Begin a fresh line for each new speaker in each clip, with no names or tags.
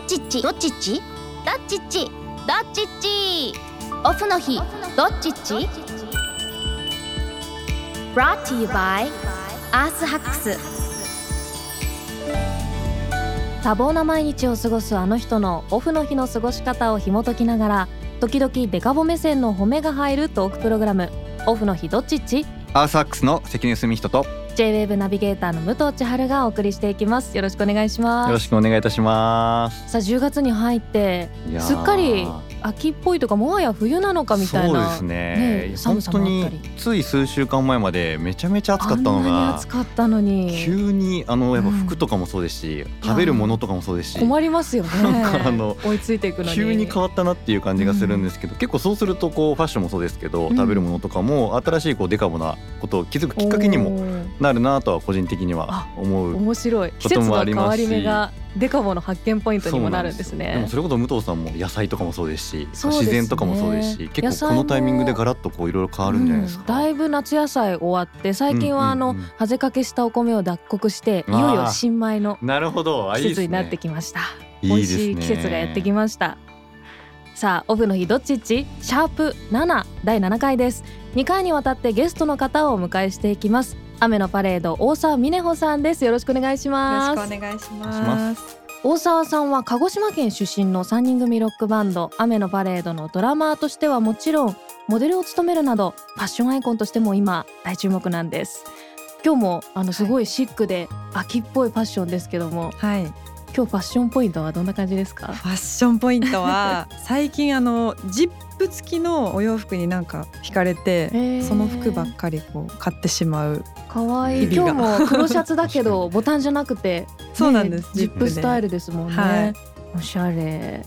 っちっちどっちっちどっちっちどっちっちオフの日どっちっち Brought to you by アースハックス
多忙な毎日を過ごすあの人のオフの日の過ごし方を紐解きながら時々デカボ目線の褒めが入るトークプログラム「オフの日どっちっち?
アースハックスの関根澄人とよ」
JWAVE ナビゲーターの武藤千春がお送りしていきますよろしくお願いしま
ろ
す
しくお願いいたします。
さあ10月に入って
いやー
すっかり秋っぽいとかもはや冬なのかみたい
そう
な
です
ね
ね。
え寒
本
さ
当
もあったり
につい数週間前までめちゃめちゃ暑か
あ
った
ん
の
なに
が
暑。かったのに
急にあのやっぱ
うん
服とかもそうですし、食べるものとかもそうですし
困りますよね
なんかあの
追いついていくのに
急に変わったなっていう感じがするんですけど、結構そうするとこうファッションもそうですけど、
うん
食べるものとかも新しいこうデカボなことを気づくきっかけにも
おー
なるなとは個人的には思う
面白い季
こと
節
も
の
あり
変
ますし
わり目がデカボの発見ポイントにもなるんです
そうな
ね
んですよでもそれこそ武藤さんも野菜とかもそうですし
そうですね
自然とかもそうですし
野
結構
菜
こ
も
のタイミングでガラッとこういろいろ変わるんじゃないですか、
うんだいぶ夏野菜終わって最近はあの、
うんうんうん
ハゼかけしたお米を脱穀してい
あー
よいよ新米の
なるほどあいい
季
で
節
すね
になってきました美
いいで
味
すね
しい季節がやってきましたさあオフの日どっちっちシャープ7第7回です2回にわたってゲストの方をお迎えしていきます雨のパレード大沢美音穂さんですよろしくお願いします
よろしくお願いし
ま
ます。
大沢さんは鹿児島県出身の3人組ロックバンド「雨のパレード」のドラマーとしてはもちろんモデルを務めるなどファッションアイコンとしても今大注目なんです今日もあのすごいシックで秋っぽいファッションですけども
はい、フ
今日ファッションポイントはどんな感じですか
ァッションポイン トは最近あのジップ付きのお洋服になんか惹かれて、その服ばっかりこう買ってしまう。
かわいい
日
今
々
日
が
も黒シャツだけ
確
ど
かに
ボタンじゃなくて
そうなんです
ねジップスタイ
ル。
ルですもんね、
はい
おしゃれ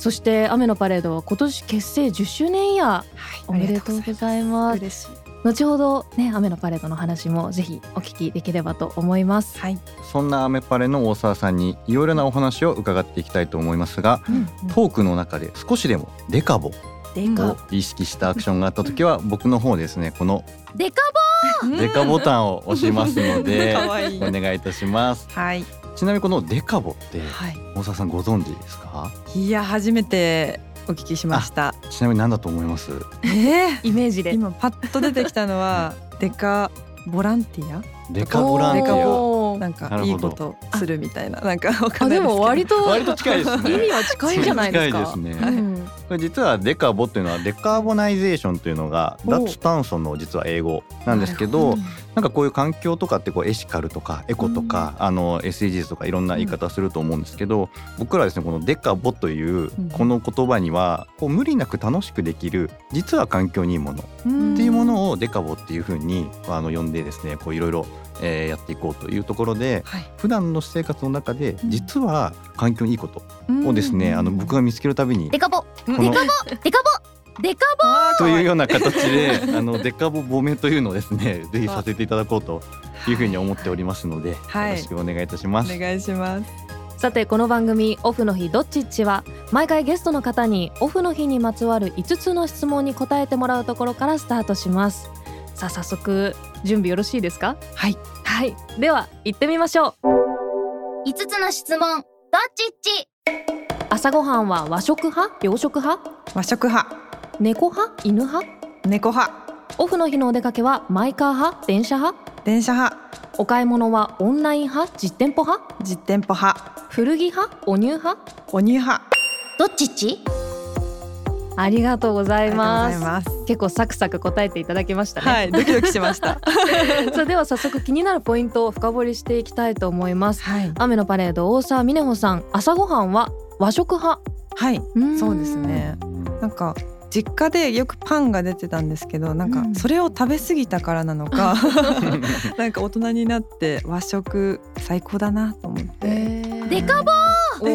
そして雨のパレードは今年結成10周年イヤー
はい、
おめでとうござい
あ
ま
り
す
がとうございます。嬉
後
し
ほどね雨のパレードの話もぜひお聞きできればと思います
い。はい。
そんなアメパレの大沢さんにいろいろなお話を伺っていきたいと思いますがトークの中で少しでもデカボを
デカ
意識したアクションがあった時は僕の方ですねこの
デカ
デカボタンを押しますので
可愛い
お願いいたします
はい。
ちなみにこのデカボって
は
大沢さんご存知ですか
い。いや初めてお聞きしました。
ちなみに何だと思います
ええ
イメージで
今パッと出てきた のはデカボランティ
デカボランテ
デカ
ィ
ア。なんか
なる
い
ほ
い
ど
ことするみたいななんかわか
あ
んな
で
いですけど。
も割と
ア割と近いです
意味
ね
は近いんじゃないですか
近いですね
うん
これ実はデカボっていうのはデカーボナイゼーションというのが
お
脱炭素の実は英語なんですけどなんかこういう環境とかってこうエシカルとかエコとか、あの SDGs とかいろんな言い方すると思うんですけど、僕らはですねこのデカボという
うん
この言葉にはこう無理なく楽しくできる実は環境にいいものっ
ん
ていうものをデカボっていうふうにあの呼んでですねこういろいろえーやっていこうというところで
はい。
普段の私生活の中で
うん
実は環境にいいことをですね、あの僕
が
が見つけるたびに
デカボ
こ
デ
の
カボデカボデカ
というような形で あのデカボボメというのをです ねぜひさせていただこうというふうに思っておりますので、
はい
よろしくお願いいたします。
お願いします。
さてこの番組「オフの日どっちっち」は毎回ゲストの方にオフの日にまつわる5つの質問に答えてもらうところからスタートしますさあ早速準備よろしいですか
はい
はいでは行ってみましょう
ボ5つの質問どっちっち
朝ごはんは和食派洋食派
和食派、
猫派犬派
猫派、
オフの日のお出かけはマイカー派電車派
電車派、
お買い物はオンライン派実店舗派
実店舗派、
古着派お乳派
お乳派。
どっちっち
ありがとうござ
あ
います
す。
結構サクサク答えていただきましたね、
はい、ドキドキしました。
さあでは早速気になるポイントを深掘りしていきたいと思います
はい、
雨のパレード大沢美音穂さん朝ごはんは和食派
はい、
うん
そうですね。なんか実家でよくパンが出てたんですけど、なんか
うん
それを食べ過ぎたからなのか、なんか大人になって和食最高だなと思って。
デカ
ボ。え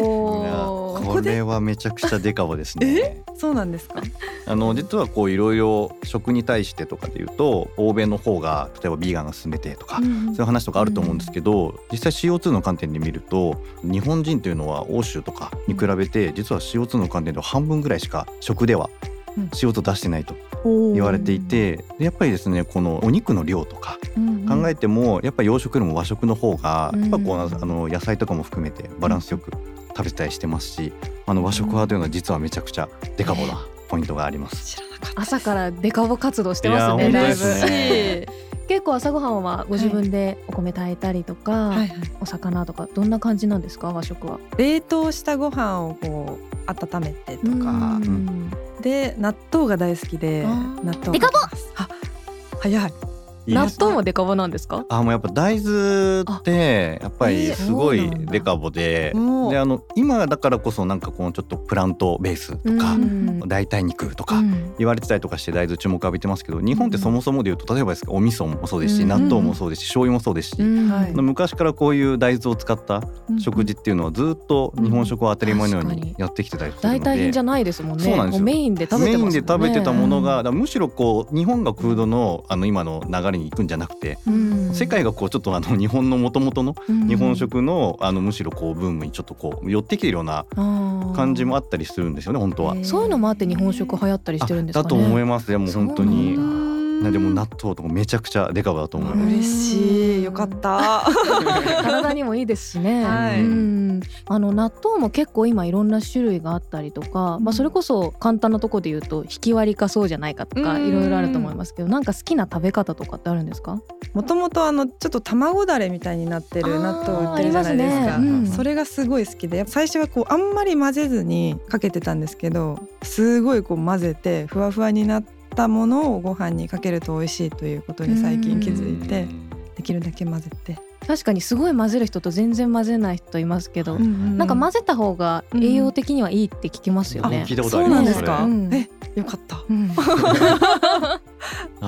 ボー
これはめちゃくちゃデカボですね。
そうなんですか。
あの実はこういろいろ食に対してとかで言うと欧米の方が例えばビーガンが進めてとか、そういう話とかあると思うんですけど、実際 CO2 の観点で見ると日本人というのは欧州とかに比べて実は CO2 の観点では半分ぐらいしか食では
うん
CO2 出してないと
言
言われてい、てでやっぱりですねこのお肉の量とか
うん
考えてもやっぱり洋食よりも和食の方が
うん
やっぱこうあの野菜とかも含めてバランスよく食べたりしてますしあの和食派というのは実はめちゃくちゃデカボなポイントがあります。
知らなかった
朝からデカボ活動してますね
いや
だい
本当
ぶ
です
ね
結構朝ごはんはご自分でお米炊いたりとか、
はいはい
お魚とかどんな感じなんですか和食は
冷凍したご飯をこう温めてとか
う
うん
で納豆が大好きで
あー
納豆
デカボ
あ早い
いい
納
です
豆もデカボなんですか
あもうやっぱ大豆ってやっぱ
え
り
ー
すご
そう
い
なんだ
デカボで、
おー
であの今だからこそなんかこのちょっとプラントベースとか
うん、
代替肉と
う
か
ん
言われてたりとかして大豆注目浴びてますけど日本ってそもそもで言うと例えばですけどお味噌もそうですし、
うん
納豆もそうですし醤油もそうですし、
うん
はい
あの昔からこういう大豆を使った食事っていうのはずっと日本食は当たり前のよう
うん確か
に
に
やってきてたりするの
大
で。
体品じゃないですもんね
そうなんですよ
もメインで食べ
メ
て
イ
ま
ン
す
で
よね
食べてたものが、
うん
だからむしろこう日本がフードのあの今の流れに行くんじゃなくて、
うん
世界がこうちょっとあの日本の元々の
うん
日本食のあのむしろこうブームにちょっとこう寄ってきてるような感じもあったりするんですよね本当は
へ。ー
そういうのもあって日本食流行ったりしてるんですかね
あだと思いますでもう本当
そうな
に。な
な
でも納豆とかめちゃくちゃデカボだと思います。
嬉しいよかった
体にもいいですしね、
はい
うんあの納豆も結構今いろんな種類があったりとか、まあ、それこそ簡単なとこで言うと引き割りかそうじゃないかとか
うん
いろいろあると思いますけどなんか好きな食べ方とかってあるんですか
もともとあのちょっと卵だれみたいになってる納豆売ってるじゃないです
あ
か
ーありますねうん
それがすごい好きでやっぱ最初はこうあんまり混ぜずにかけてたんですけどすごいこう混ぜてふわふわになったものをご飯にかけると美味しいということに最近気づいてできるだけ混ぜて
確かにすごい混ぜる人と全然混ぜない人いますけど、
うん
なんか混
ず
ぜた方が栄養的にはいいって聞きますよ
あ
ね
聞い。たことあ
そ
り
う
ま
な
す
んですか
う
それ
ん
えよかった
うん
あ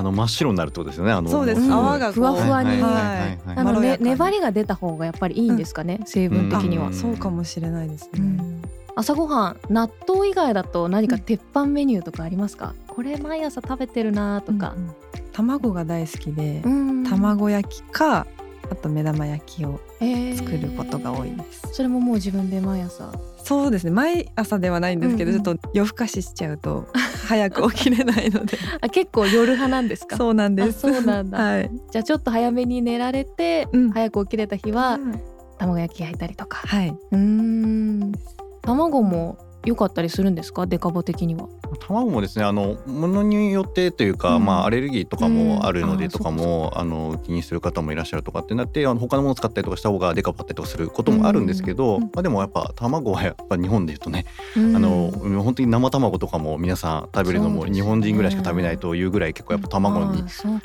の真っ白になるってことですよね。あの
そうです
ん
泡がこう
ふわふわに
はいはいはい
あ
はい
の
まろや
ね
かに
粘りが出た方がやっぱりいいんですかね、成分的には
うん。
そうかもしれないですね、
うん朝ごはん納豆以外だと何か鉄板メニューとかありますか、これ毎朝食べてるなとか
う、ん卵が大好きで、
うん
卵焼きかあと目玉焼きを作ることが多い
えー
です、
それももう自分で毎朝
そうですね毎朝ではないんですけど、
うんうん
ちょっと夜更かししちゃうと 早く起きれないので
あ結構夜派なんですか
そうなんです
あそうなんだ
はい、
じゃあちょっと早めに寝られて、
うん
早く起きれた日
は
は卵焼き焼いたりとか
はい、
うん卵も良かったりするんですかデカボ的には
卵もですねあのものによってというか、
うん
まあアレルギーとかもある
う
の
んあー
でとかも、あの気にする方もいらっしゃるとかってなってあの他のもの使ったりとかした方がデカパったりとかすることもあるんですけど、
うん
まあでもやっぱ卵はやっぱ日本で言うとね、
あ
あの本当に生卵とかも皆さん食べるの
そう
も
ですね
日本人ぐらいしか食べないというぐらい結構やっぱ卵に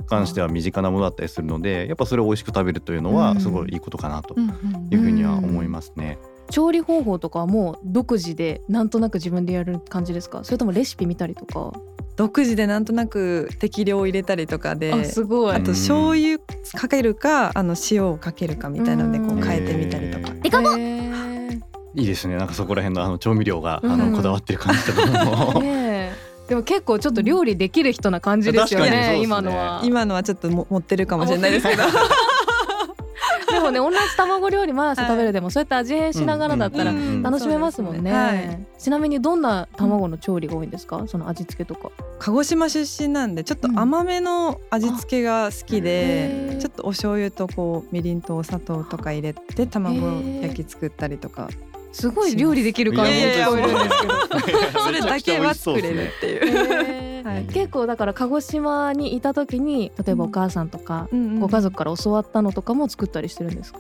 関して
は
は身近なものだったりするのでやっぱそれを美味しく食べるというの
う
は
ん
すごいいいことかなと
うん
いうふうには思いますね。
調理方法とかはもう独自でなんとなく自分でやる感じですかそれともレシピ見たりとか、
独自でなんとなく適量を入れたりとかであ
ご
い
と醤油かけるかあの塩をかけるかみたいなのでこ
うん
う変えてみたりとか
えー
デカボ
ね
いいですねなんかそこら辺のあの調味料が、あ
うん
のこだわってる感じとかも。
えでも結構ちょっと料理できる人な感じですよね
確かにそうですね
今のは
今のはちょっとも持ってるかもしれないですけど
でもね同じ卵料理毎朝食べるでも、そうやって味変しながらだったら
うんうん
楽しめますもんね,、
そうですねはい
ちなみにどんな卵の調理が多いんですかその味付けとか
鹿児島出身なんでちょっと甘めの味付けが好きで、
うんあ
ちょっとお醤油とこうみりんとお砂糖とか入れて卵焼き作ったりとか、
すごい料理できる感じ
いやい
聞
や
こえるんですけど
それだけは作れるっていう。
へー
はい
結構だから鹿児島にいた時に例えばお母さんとか、
うんうん
ご家族から教わったのとかも作ったりしてるんですか、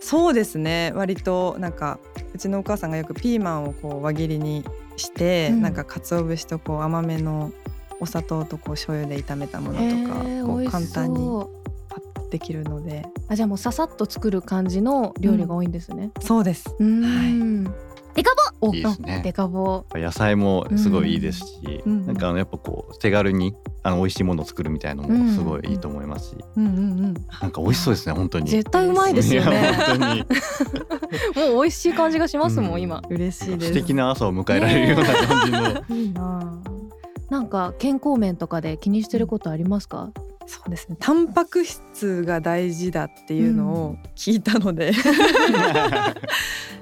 そうですね割となんかうちのお母さんがよくピーマンをこう輪切りにして、
うん
なんか鰹節とこう甘めのお砂糖とこう醤油で炒めたものとか、
へー
こう
美味し
簡単に
そう
パッとできるので
あじゃあもうささっと作る感じの料理が多いんですね、
そうです
うーん
デカ
ボお
いいですね
デカボ
野菜もすごいいいですし、
うん
なんかあのやっぱこう手軽にあの美味しいものを作るみたいのもすごいいいと思いますし、
うんうんうん
なんか美味しそうですね本当に。
絶対うまいですよ
いや
ね
本当に
もう美味しい感じがしますもん、
うん
今
嬉しいで
素
す
敵な朝を迎えられるような感じの。
いいなあなんか健康面とかで気にしてることありますか
そうですねタンパク質が大事だっていうのを聞いた ので、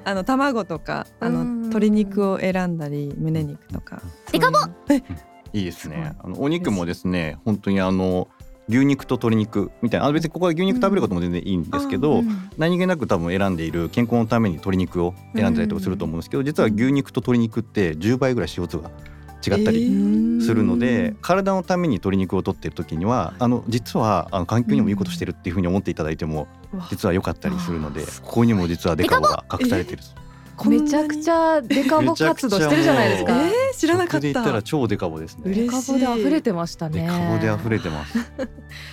あの卵とかあの
うん
鶏肉を選んだり胸肉とか
デカ
ボ
いいです
すごい
ね。あのお肉もですね本当にあの牛肉と鶏肉みたいなあ別にここは牛肉食べることも全然いいんですけど、
うん
何気なく多分選んでいる健康のために鶏肉を選んでたりとかすると思うんですけど、実は牛肉と鶏肉って10倍ぐらい CO2 が違ったりするので、体のために鶏肉を取ってる時にはあの実はあの環境にもいいことしてるっていうふうに思っていただいても、実は良かったりするので
わあ
ここにも実はデカボが隠されてる
めちゃくちゃデカボ活動してるじゃないですか。
えー、知らなか
食
っ
で言ったら
た
超デカボですね
嬉
デカボで溢れてました
デ
ね。
カボで溢れて ます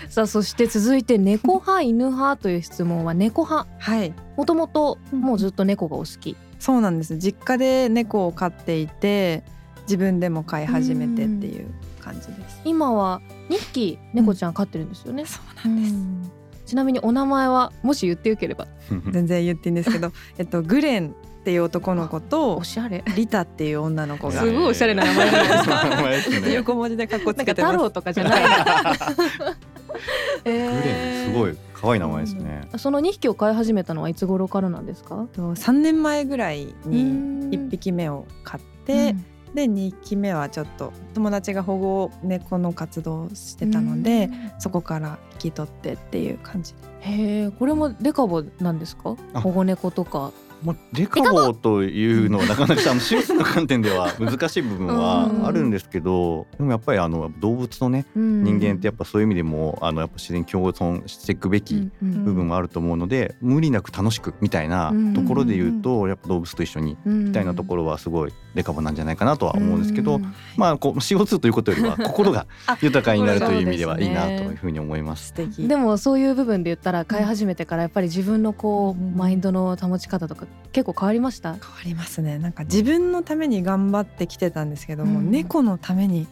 さあそして続いて猫派犬派という質問は猫派
はい
もともともうずっと猫がお好き。
そうなんです実家で猫を飼っていて自分でも飼い始めてっていう感じです
今は2匹猫ちゃん飼ってるんですよね。
そうなんです
うんちなみにお名前はもし言ってよければ
全然言っていいんですけどえっとグレンっていう男の子と
おしゃ れ。
リタっていう女の子が
すごいおしゃれな名前じゃないです
か名前ですね
横文字でかっこ
な
つ
んか
けて
太
ます
郎とかじゃない。 え
グレンす
い。
ごい可愛い名前ですね、
その2匹を飼い始めたのはいつ頃からなんですか？
えっと3年前ぐらいうに
ん
1匹目を飼って、で2匹目はちょっと友達が保護猫の活動をしてたので、
うん
そこから引き取ってっていう感じ
へえ、これもデカボなんですか？
あ
保護猫とか。
まあ、デカボというのはなかなかあの CO2 の観点で は難しい部分はあるんですけどでもやっぱりあの動物のね人
人
間ってやっぱそういう意味でもあのやっぱ自然共存していくべき
うん
部分もあると思うので、無理なく楽しくみたいなところで言うと、やっぱ動物と一緒に
み
みたいなとこ
ろ
ろはすごいデカボなんじゃないかなとは思うんですけど、
まあ
まあこう CO2 ということよりは心が豊かになるという意味ではいいなというふうに思います。
素敵
でもそういう部分で言ったら飼い始めてからやっぱり自分のこう
うん
マインドの保ち方とか結構変わりました
変わりますねなんか自分のために頑張ってきてたんですけども、
うん
猫のために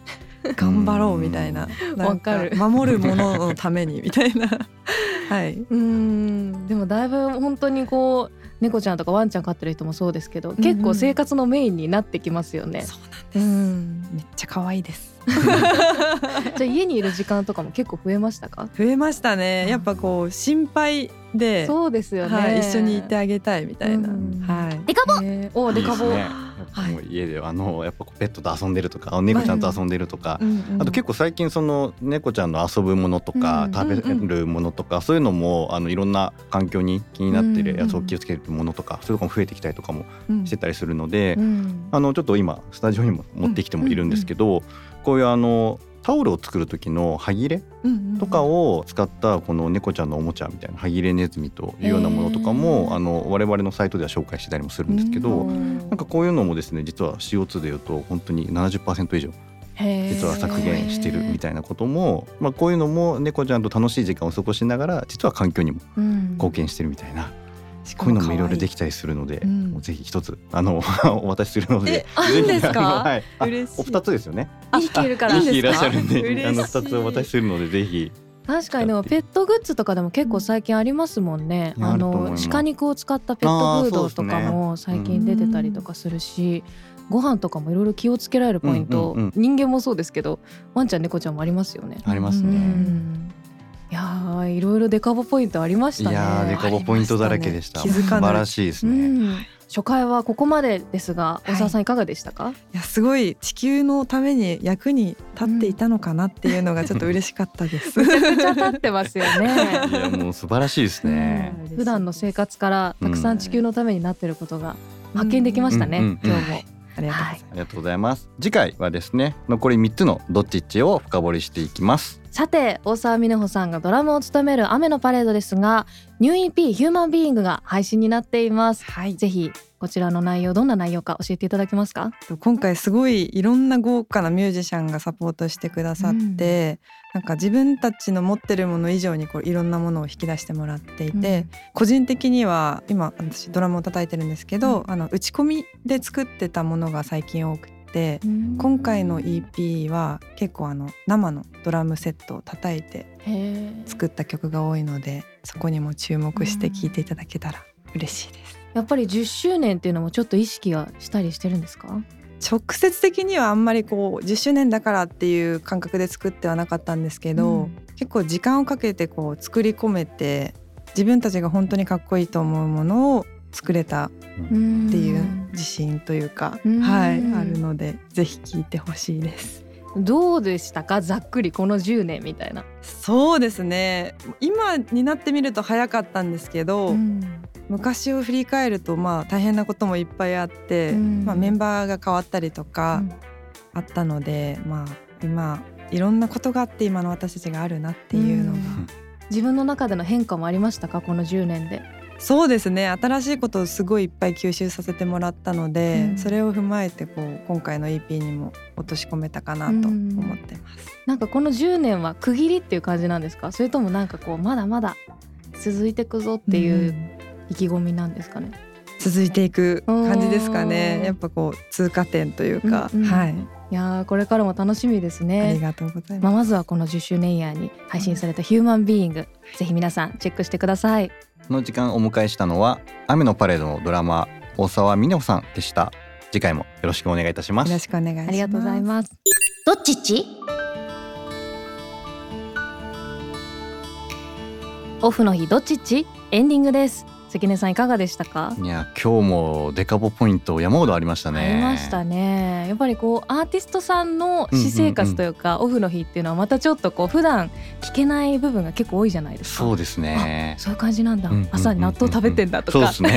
頑張ろうみたいななん
わかる
守るもののためにみたいな はい
うんでもだいぶ本当にこう猫ちゃんとかワンちゃん飼ってる人もそうですけど結構生活のメインになってきますよね、
そうなんで
う
す、
ん
めっちゃ可愛いです
じゃあ家にいる時間とかも結構増えましたか
増えましたねやっぱこう心配で
そうですよね、
はい、一緒にいてあげたいみたいな、
うん
はい
デカボ
ねおデカボ
いいですねやっぱもう家ではあのやっぱこうペットと遊んでるとかあの猫ちゃんと遊んでるとか、あと結構最近その猫ちゃんの遊ぶものとか
うん
食べるものとかそういうのもあのいろんな環境に気になって
うん
るやつを気をつけるものとかそういうのも増えてきたりとかも
構
してたりするので
うん
あのちょっと今スタジオにも持ってきてもいるんですけどこういうあのタオルを作る時の歯切れとかを使ったこの猫ちゃんのおもちゃみたいな歯切れネズミというようなものとか
へ
も
ー
あの我々のサイトでは紹介してたりもするんですけ
う
ど
ん
なんかこういうのもですね実は CO2 でいうと本当に70%以上実
実
は削減してるみたいなことも、まあ、こういうのも猫ちゃんと楽しい時間を過ごしながら実は環境にも
うん
貢献してるみたいな、こういうのもいろいろできたりするので、
うん
もうぜひ一つあの お渡しするので
えあいいんですか
ぜひあのはい、あ
嬉しい
お二つですよね
生きてるから
いいん
二
ですか
匹いらっしゃるん
嬉し
で
い
あの二つお渡しするのでぜひ
確かにでもペットグッズとかでも結構最近ありますもんね、
うん
あ
あると思い
の
ます
鹿肉を使ったペットフードとかも最近出てたりとかするし、ご飯とかもいろいろ気をつけられるポイント、
うんうんうん
人間もそうですけどワンちゃん猫ちゃんもありますよね。
ありま
う
すね。
んいやーいろいろデカボポイントありまし
い
たね。
やーデカボポイントだらけでした。
ありましたね気づかない
素晴らしいですね。
うん初回はここまでですが
はい
小沢さんいかがでしたか、
いやすごい地球のために役に立っていたのかなっていうのがちょっと嬉しかったです。
めちゃくちゃ経ってますよね。
いやもう素晴らしいですね。
普段の生活からたくさん地球のためになってることが発見できましたね、
うんうんうん
今日も。
ありがとうございます。
ありがとうございます。次回はですね残り三つのどっちっちを深掘りしていきます。
さて大沢美奈穂さんがドラムを務める「雨のパレード」ですがニュー EP「ヒューマンビーイング」が配信になっています。
はい、
ぜひこちらの内容どんな内容か教えていただけますか
今回すごいいろんな豪華なミュージシャンがサポートしてくださって、なんか自分たちの持ってるもの以上にこういろんなものを引き出してもらっていて、個人的には今私ドラムを叩いてるんですけど、あの打ち込みで作ってたものが最近多くて。今回の EP は結構あの生のドラムセットを叩いて作った曲が多いのでそこにも注目して聴いていただけたら嬉しいです
やっぱり10周年っていうのもちょっと意識がしたりしてるんですか
直接的にはあんまりこう10周年だからっていう感覚で作ってはなかったんですけ
う
ど、
ん
結構時間をかけてこう作り込めて自分たちが本当にかっこいいと思うものを作れたっていう自信というか、
うん
はいあるのでぜひ聴いてほしいです。
どうでしたかざっくりこの10年みたいな。
そうですね今になってみると早かったんですけど、
うん
昔を振り返るとまあ大変なこともいっぱいあって、
うん
まあ、メンバーが変わったりとかあったので、まあ今いろんなことがあって今の私たちがあるなっていうのが、
ん自分の中での変化もありましたかこの10年で。
そうですね新しいことをすごいいっぱい吸収させてもらったので、
うん
それを踏まえてこう今回の EP にも落とし込めたかなと思ってます。
なんかこの10年は区切りっていう感じなんですかそれともなんかこうまだまだ続いてくぞっていう
うん
意気込みなんですかね。
続いていく感じですか
お
ね
ー
やっぱこう通過点というか、
うんうん
はい
いやーこれからも楽しみです
あり
ね。
がとうござい
まあ、ま
ます。
ずはこの10周年イヤーに配信された「ヒューマンビーイング」ぜひ皆さんチェックしてください。
この時間お迎えしたのは雨のパレードのドラマー大沢美奈子さんでした次回もよろしくお願いいたします
よろしくお願いします。
ありがとうございます。
どっちっち
オフの日どっちっちエンディングです。関根さんいかがでしたか、
いや今日もデカボポイント山ほどありました
あ
ね
りましたねやっぱりこうアーティストさんの私生活というか、オフの日っていうのはまたちょっとこう普段聞けない部分が結構多いじゃないですか
そうですね
そういう感じなんだ、
うんうんうんうん
朝に納豆食べてんだと
そうで
か、
すね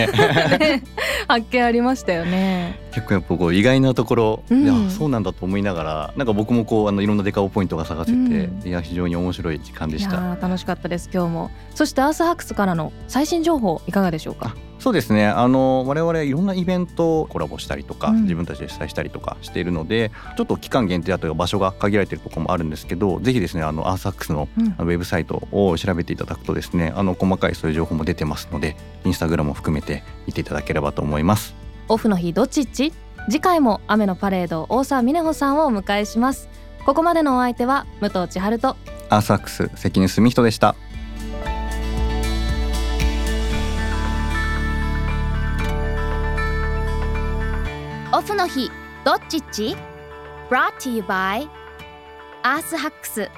ね 発見ありましたよね
結構やっぱこう意外なところ、
うん
いやそうなんだと思いながらなんか僕もこうあのいろんなデカボポイントが探せて、
うん
いや非常に面白い時間で
い
し
や
た
ー楽しかったです今日もそしてアースハックスからの最新情報いかがでしょうか
そうですねあの我々いろんなイベントをコラボしたりとか、
うん
自分たちで主催したりとかしているのでちょっと期間限定だとか場所が限られているところもあるんですけどぜひですねあのアーサックスの
うん
あのウェブサイトを調べていただくとですねあの細かいそういう情報も出てますのでインスタグラムも含めて見ていただければと思います。
オフの日どっちっち次回も雨のパレード大沢美奈穂さんをお迎えしますここまでのお相手は武藤千春と
アーサックス関根澄人でした
オフの日どっちっち brought to you by アースハックス